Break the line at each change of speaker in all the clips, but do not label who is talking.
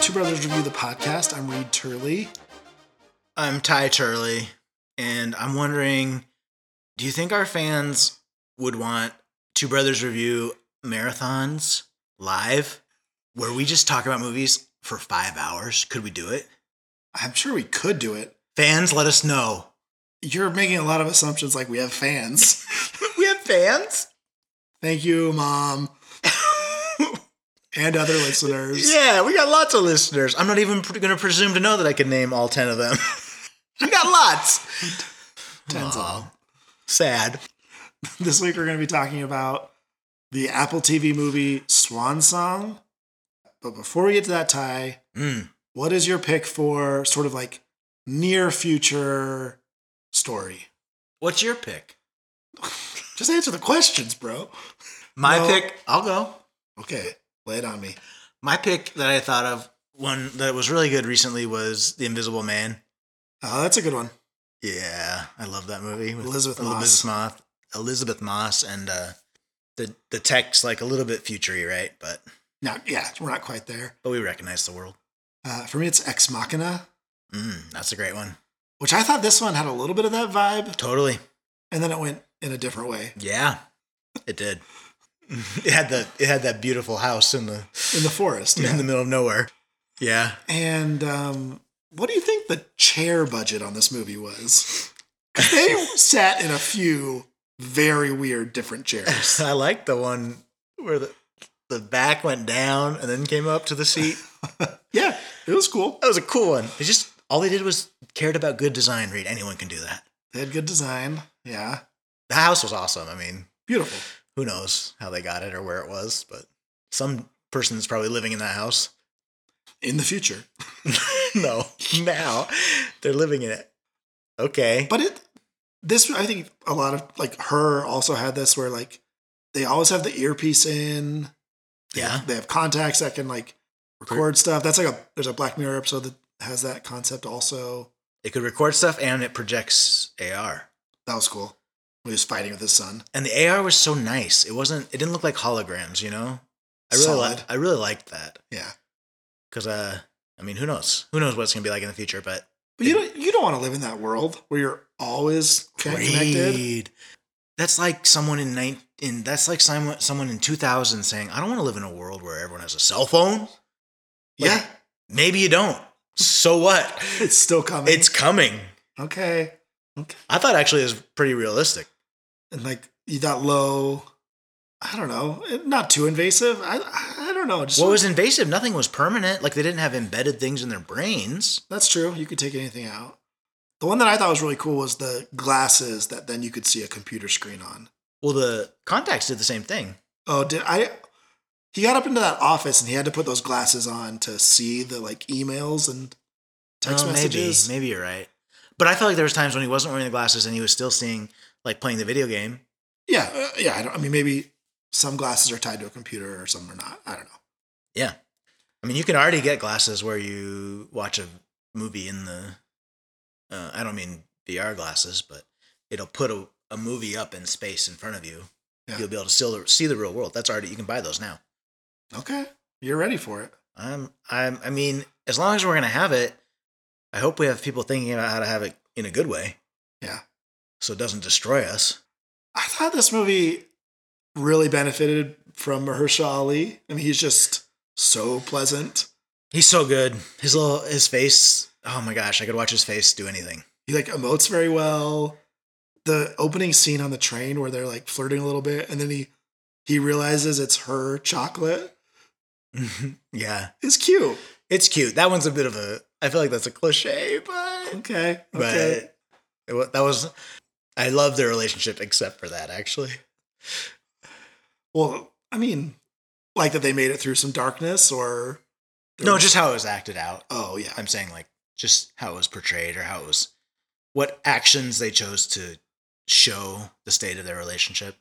Two Brothers Review the Podcast. I'm Reed Turley.
I'm Ty Turley, and I'm wondering do you think our fans would want Two Brothers Review marathons live where we just talk about movies for five hours? Could we do it?
I'm sure we could do it.
Fans, let us know.
You're making a lot of assumptions like we have fans.
We have fans?
Thank you, Mom, and other listeners.
yeah, we got lots of listeners. I'm not even pr- going to presume to know that I could name all 10 of them. we got lots.
Tens of them.
Sad.
This week we're going to be talking about the Apple TV movie Swan Song. But before we get to that, Ty,
Mm.
what is your pick for sort of like near future story?
What's your pick?
Just answer the questions, bro.
My
No.
pick, I'll go.
Okay, lay it on me.
My pick that I thought of, one that was really good recently, was The Invisible Man.
Oh, that's a good one.
Yeah, I love that movie. with
Elizabeth
Elizabeth Moss. Elizabeth Moss and uh, the the tech's like a little bit futury, right? But
Now, yeah, we're not quite there.
but we recognize the world.
Uh, for me, it's Ex Machina,
Mm, that's a great one.
which I thought this one had a little bit of that vibe,
Totally.
and then it went in a different way.
Yeah, it did. it had the it had that beautiful house in the
in the forest.
in
Yeah.
the middle of nowhere. Yeah,
And um, what do you think the chair budget on this movie was? 'Cause They sat in a few very weird different chairs.
I like the one where the the back went down and then came up to the seat.
Yeah, it was cool.
That was a cool one. They just all they did was cared about good design. Read anyone can do that.
They had good design. Yeah,
The house was awesome. I mean,
beautiful.
who knows how they got it or where it was, but some person is probably living in that house.
In the future,
no, now they're living in it. Okay.
but it this I think a lot of like her also had this where like they always have the earpiece in. They have-
Yeah.
they have contacts that can like record stuff. That's like a there's a Black Mirror episode that has that concept also.
it could record stuff and it projects AR.
That was cool. When he was fighting with his son.
And the AR was so nice. It wasn't it didn't look like holograms, you know? I really
Solid.
li- I really liked that.
Yeah.
Cuz uh I mean, who knows? Who knows what it's going to be like in the future, but
But you don't you don't want to live in that world where you're always con- connected.
Read. That's like someone in nine. In that's like someone someone in two thousand saying, "I don't want to live in a world where everyone has a cell phone." Like,
Yeah.
maybe you don't. So what?
It's still coming.
It's coming.
okay.
I thought actually it was pretty realistic.
And like you that low. I don't know. Not too invasive. I I don't know. Just
What was invasive? Nothing was permanent. Like they didn't have embedded things in their brains.
that's true. You could take anything out. The one that I thought was really cool was the glasses that then you could see a computer screen on.
Well, the contacts did the same thing.
Oh, did I? He got up into that office and he had to put those glasses on to see the like emails and text
Oh,
messages.
Maybe, maybe you're right. But I felt like there was times when he wasn't wearing the glasses and he was still seeing, like playing the video game.
Yeah, uh, yeah. I, don't, I mean, maybe some glasses are tied to a computer or some are not. I don't know.
I mean, you can already get glasses where you watch a movie in the. Uh, I don't mean VR glasses, but it'll put a, a movie up in space in front of you.
Yeah.
You'll be able to still see the real world. That's already you can buy those now.
Okay, you're ready for it.
I'm, I'm. I mean, as long as we're gonna have it, I hope we have people thinking about how to have it in a good way.
Yeah.
So it doesn't destroy us.
I thought this movie really benefited from Mahershala Ali. I mean, he's just so pleasant.
He's so good. His little his face. Oh my gosh, I could watch his face do anything.
He like emotes very well. The opening scene on the train where they're like flirting a little bit, and then he he realizes it's her chocolate
yeah,
is cute.
it's cute. That one's a bit of a. I feel like that's a cliche, but
Okay,
but
okay.
it wa- that was i love their relationship except for that actually
Well, I mean, like that they made it through some darkness, or
no just how it was acted out
oh yeah,
i'm saying like just how it was portrayed or how it was what actions they chose to show the state of their relationship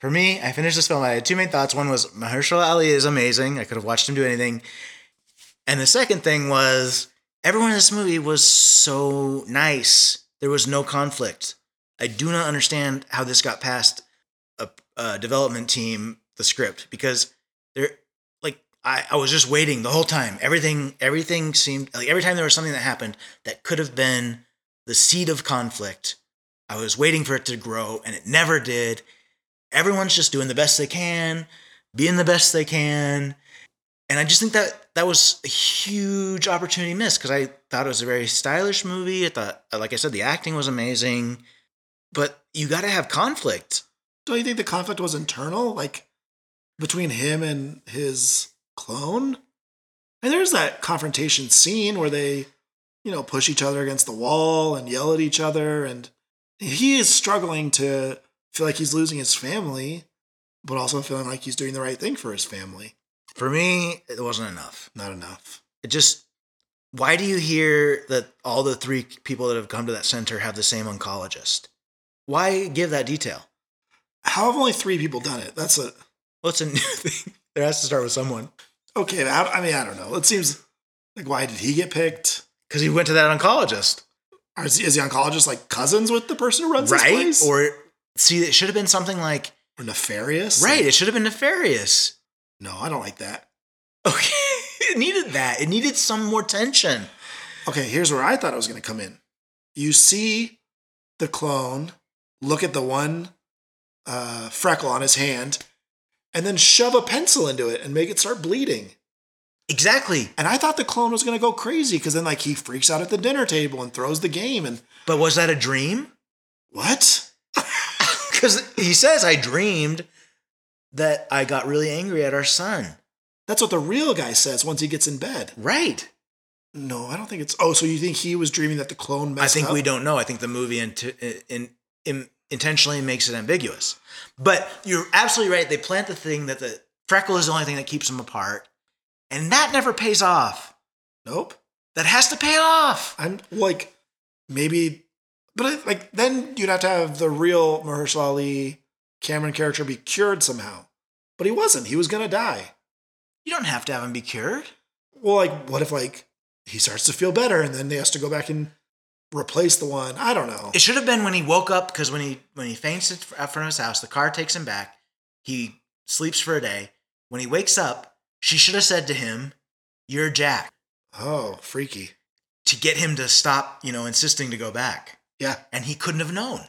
for me i finished this film i had two main thoughts one was mahershala ali is amazing i could have watched him do anything and the second thing was everyone in this movie was so nice there was no conflict I do not understand how this got past a, a development team the script because they're like I, I was just waiting the whole time. Everything everything seemed like every time there was something that happened that could have been the seed of conflict, I was waiting for it to grow and it never did. Everyone's just doing the best they can, being the best they can. And I just think that that was a huge opportunity missed because I thought it was a very stylish movie. I thought, like I said, the acting was amazing, but you got to have conflict.
Don't you think the conflict was internal, like between him and his clone? And there's that confrontation scene where they, you know, push each other against the wall and yell at each other. And he is struggling to feel like he's losing his family, but also feeling like he's doing the right thing for his family.
For me, it wasn't enough.
Not enough.
It just, why do you hear that all the three people that have come to that center have the same oncologist? Why give that detail?
How have only three people done it? That's a
Well, it's a new thing. There has to start with someone
okay. but I I mean, I don't know. It seems like why did he get picked?
because he went to that oncologist,
Or is, is the oncologist like cousins with the person who runs this
right?
place?
Or see, it should have been something like
or nefarious?
right.
Like,
It should have been nefarious.
no, I don't like that.
Okay. it needed that. It needed some more tension.
Okay, here's where I thought it was going to come in. You see the clone look at the one uh, freckle on his hand and then shove a pencil into it and make it start bleeding.
Exactly.
And I thought the clone was going to go crazy because then, like, he freaks out at the dinner table and throws the game. And
But was that a dream?
what?
Because he says, I dreamed that I got really angry at our son.
That's what the real guy says once he gets in bed.
Right.
No, I don't think it's. Oh, so you think he was dreaming that the clone
I
messed
think
up?
we don't know. I think the movie int- in, in, intentionally makes it ambiguous. But you're absolutely right. They plant the thing that the freckle is the only thing that keeps them apart. And that never pays off.
Nope.
That has to pay off.
I'm like, maybe, but I, like then you'd have to have the real Mahershala Ali Cameron character be cured somehow. But he wasn't. He was gonna die.
You don't have to have him be cured.
Well, like, what if like he starts to feel better and then he has to go back and replace the one? I don't know.
It should have been when he woke up because when he when he faints in f- out front of his house, the car takes him back. He sleeps for a day. When he wakes up, she should have said to him, "You're Jack,"
Oh, freaky.
to get him to stop, you know, insisting to go back.
Yeah.
And he couldn't have known.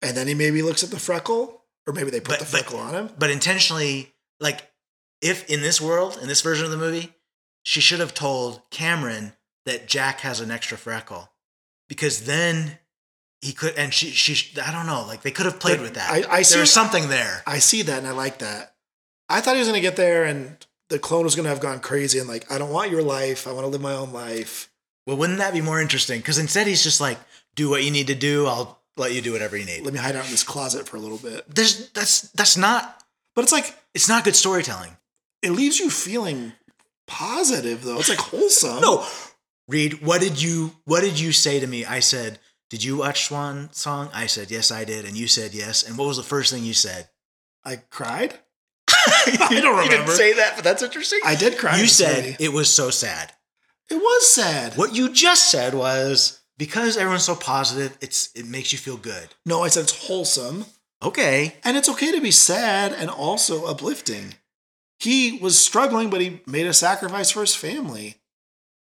And then he maybe looks at the freckle, or maybe they put
But-
the
but-
freckle on him.
But intentionally, like, if in this world, in this version of the movie, she should have told Cameron that Jack has an extra freckle, because then he could. And she, she, I don't know. Like, they could have played
But
with that.
I- I see-
There's something there.
I see that and I like that. I thought he was gonna get there and the clone was gonna have gone crazy and like, I don't want your life. I want to live my own life.
Well, wouldn't that be more interesting? Because instead, he's just like, "Do what you need to do. I'll let you do whatever you need."
Let me hide out in this closet for a little bit.
There's that's that's not
But it's like
it's not good storytelling.
it leaves you feeling positive though. It's like wholesome.
No, Reed, what did you what did you say to me? I said, "Did you watch Swan Song?" I said, "Yes, I did," and you said yes. And what was the first thing you said?
I cried.
I
don't remember.
that, but that's interesting.
I did cry. in
you
this
said
movie.
it was so sad.
it was sad.
What you just said was because everyone's so positive, it's it makes you feel good.
No, I said it's wholesome.
Okay,
And it's okay to be sad and also uplifting. He was struggling, but he made a sacrifice for his family.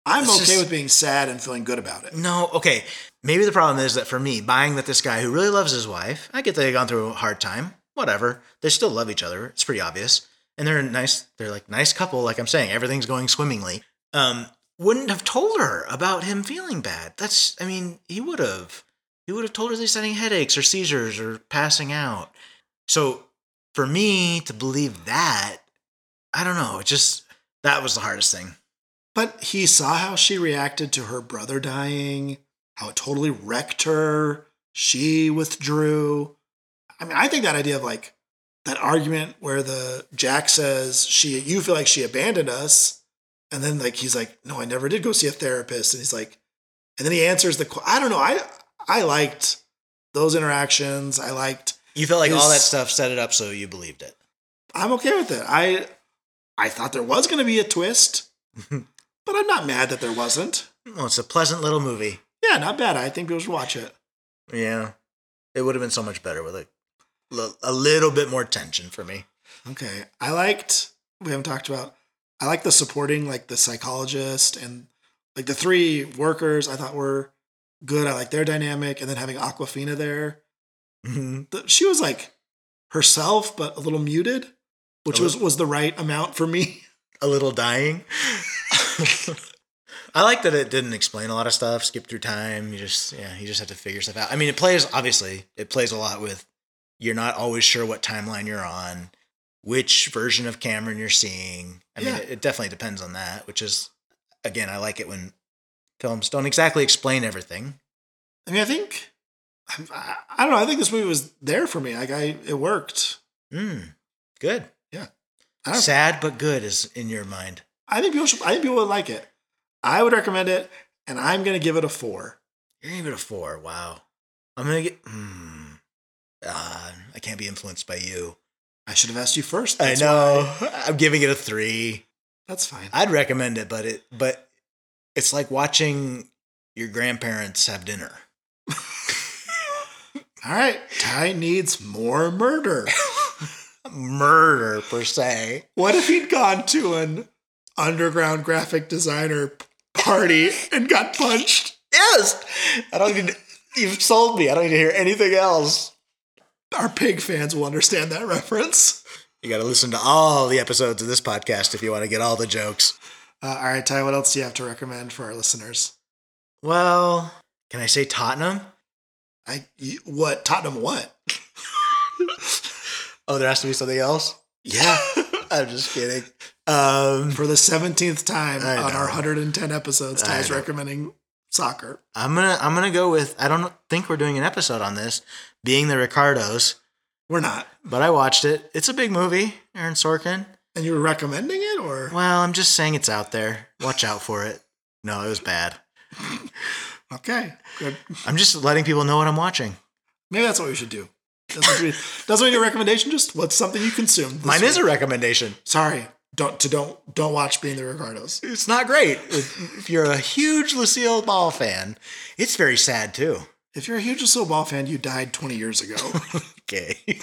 I'm
It's
okay
just-
with being sad and feeling good about it.
No, okay. Maybe the problem is that for me, buying that this guy who really loves his wife, I get they've gone through a hard time. Whatever. They still love each other. It's pretty obvious. And they're a nice, they're like nice couple, like I'm saying, everything's going swimmingly. Um, wouldn't have told her about him feeling bad. That's I mean, he would have. He would have told her that he's having headaches or seizures or passing out. So for me to believe that, I don't know, it just that was the hardest thing.
But he saw how she reacted to her brother dying, how it totally wrecked her. She withdrew. I mean, I think that idea of like that argument where the Jack says she you feel like she abandoned us, and then like he's like, No, I never did go see a therapist. And he's like, and then he answers the qu- I don't know. I I liked those interactions. I liked
You felt like all
His-
that stuff set it up so you believed it.
I'm okay with it. I I thought there was gonna be a twist, but I'm not mad that there wasn't.
Well, it's a pleasant little movie.
Yeah, not bad. I think people should watch it.
Yeah, it would have been so much better with a a little bit more tension for me.
Okay. I liked, we haven't talked about, I like the supporting, like the psychologist and like the three workers. I thought were good. I like their dynamic, and then having Aquafina there.
Mhm.
The- she was like herself, but a little muted, which
A
was was the right amount for me.
a little dying. I like that it didn't explain a lot of stuff, skip through time. You just yeah, you just have to figure stuff out. I mean, it plays obviously it plays a lot with you're not always sure what timeline you're on, which version of Cameron you're seeing. I mean,
Yeah.
it, it definitely depends on that, which is again, I like it when films don't exactly explain everything.
I mean, I think I, I- I don't know. I think this movie was there for me. Like I, it worked.
Mm, good.
I don't
Sad but good is in your mind.
I think people should. I think people would like it. I would recommend it, and I'm gonna give it a four.
You're gonna give it a four. Wow. I'm gonna get. Mm, uh, I can't be influenced by you.
I should have asked you first.
I
That's
know. I'm giving it a three.
That's fine.
I'd recommend it, but it but it's like watching your grandparents have dinner.
All right. Ty needs more murder.
Murder per se.
What if he'd gone to an underground graphic designer party and got punched?
Yes. I don't need. You've sold me. I don't need to hear anything else.
Our pig fans will understand that reference.
You got to listen to all the episodes of this podcast if you want to get all the jokes.
Uh, all right, Ty. What else do you have to recommend for our listeners?
Well, can I say Tottenham?
I you- what Tottenham? What?
Oh, there has to be something else.
Yeah.
I'm just kidding. Um,
For the seventeenth time
I
on
know.
our 110 episodes,
I
Ty's
know.
recommending soccer.
I'm gonna I'm gonna go with I don't think we're doing an episode on this, being the Ricardos,
We're not.
but I watched it. It's a big movie, Aaron Sorkin.
And you were recommending it, or
Well, I'm just saying it's out there. Watch out for it. No, it was bad.
okay, good.
I'm just letting people know what I'm watching.
Maybe that's what we should do. Doesn't need, doesn't need a recommendation. Just what's something you consumed. this
Mine is
week.
a recommendation.
sorry. Don't to don't don't watch Being the Ricardos.
It's not great. If if you're a huge Lucille Ball fan, it's very sad too.
If you're a huge Lucille Ball fan, you died 20 years ago.
Okay.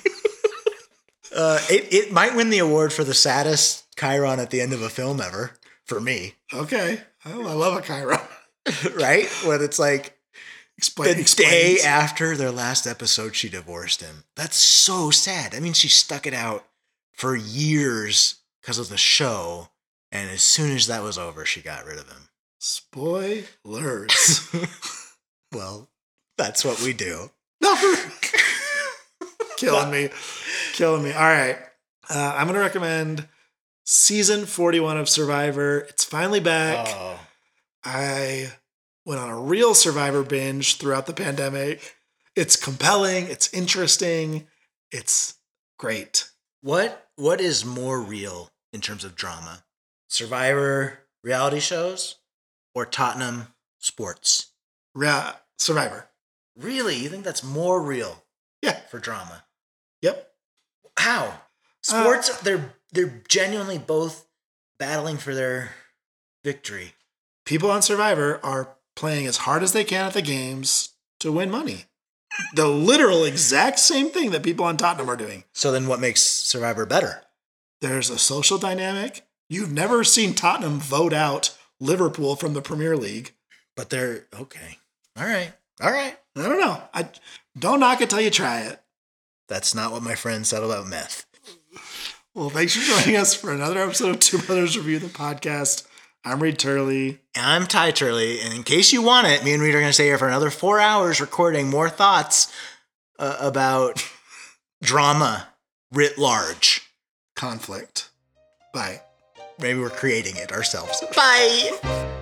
uh, it it might win the award for the saddest Chiron at the end of a film ever for me.
okay, oh, I love a Cairo.
right? When it's like
Explain.
the day
explains.
after their last episode, she divorced him. That's so sad. I mean, she stuck it out for years because of the show. And as soon as that was over, she got rid of him.
Spoilers.
Well, that's what we do.
No. killing me, killing me. All right, uh, I'm gonna recommend season 41 of Survivor. It's finally back.
Oh,
I went on a real survivor binge throughout the pandemic. It's compelling, it's interesting, it's great.
what what is more real in terms of drama? Survivor reality shows or Tottenham sports?
Ra- survivor.
Really? You think that's more real?
Yeah.
For drama.
Yep.
How? Sports they're they're genuinely both battling for their victory.
People on Survivor are playing as hard as they can at the games to win money. The literal exact same thing that people on Tottenham are doing.
So then what makes Survivor better?
There's a social dynamic. You've never seen Tottenham vote out Liverpool from the Premier League.
But they're okay. All right. All right.
I don't know. I don't knock it till you try it.
That's not what my friend said about meth.
Well, thanks for joining us for another episode of Two Brothers Review the Podcast. I'm Reed Turley.
And I'm Ty Turley, and in case you want it, me and Reed are going to stay here for another four hours recording more thoughts uh, about drama writ large.
Conflict. Bye.
Maybe we're creating it ourselves. Bye.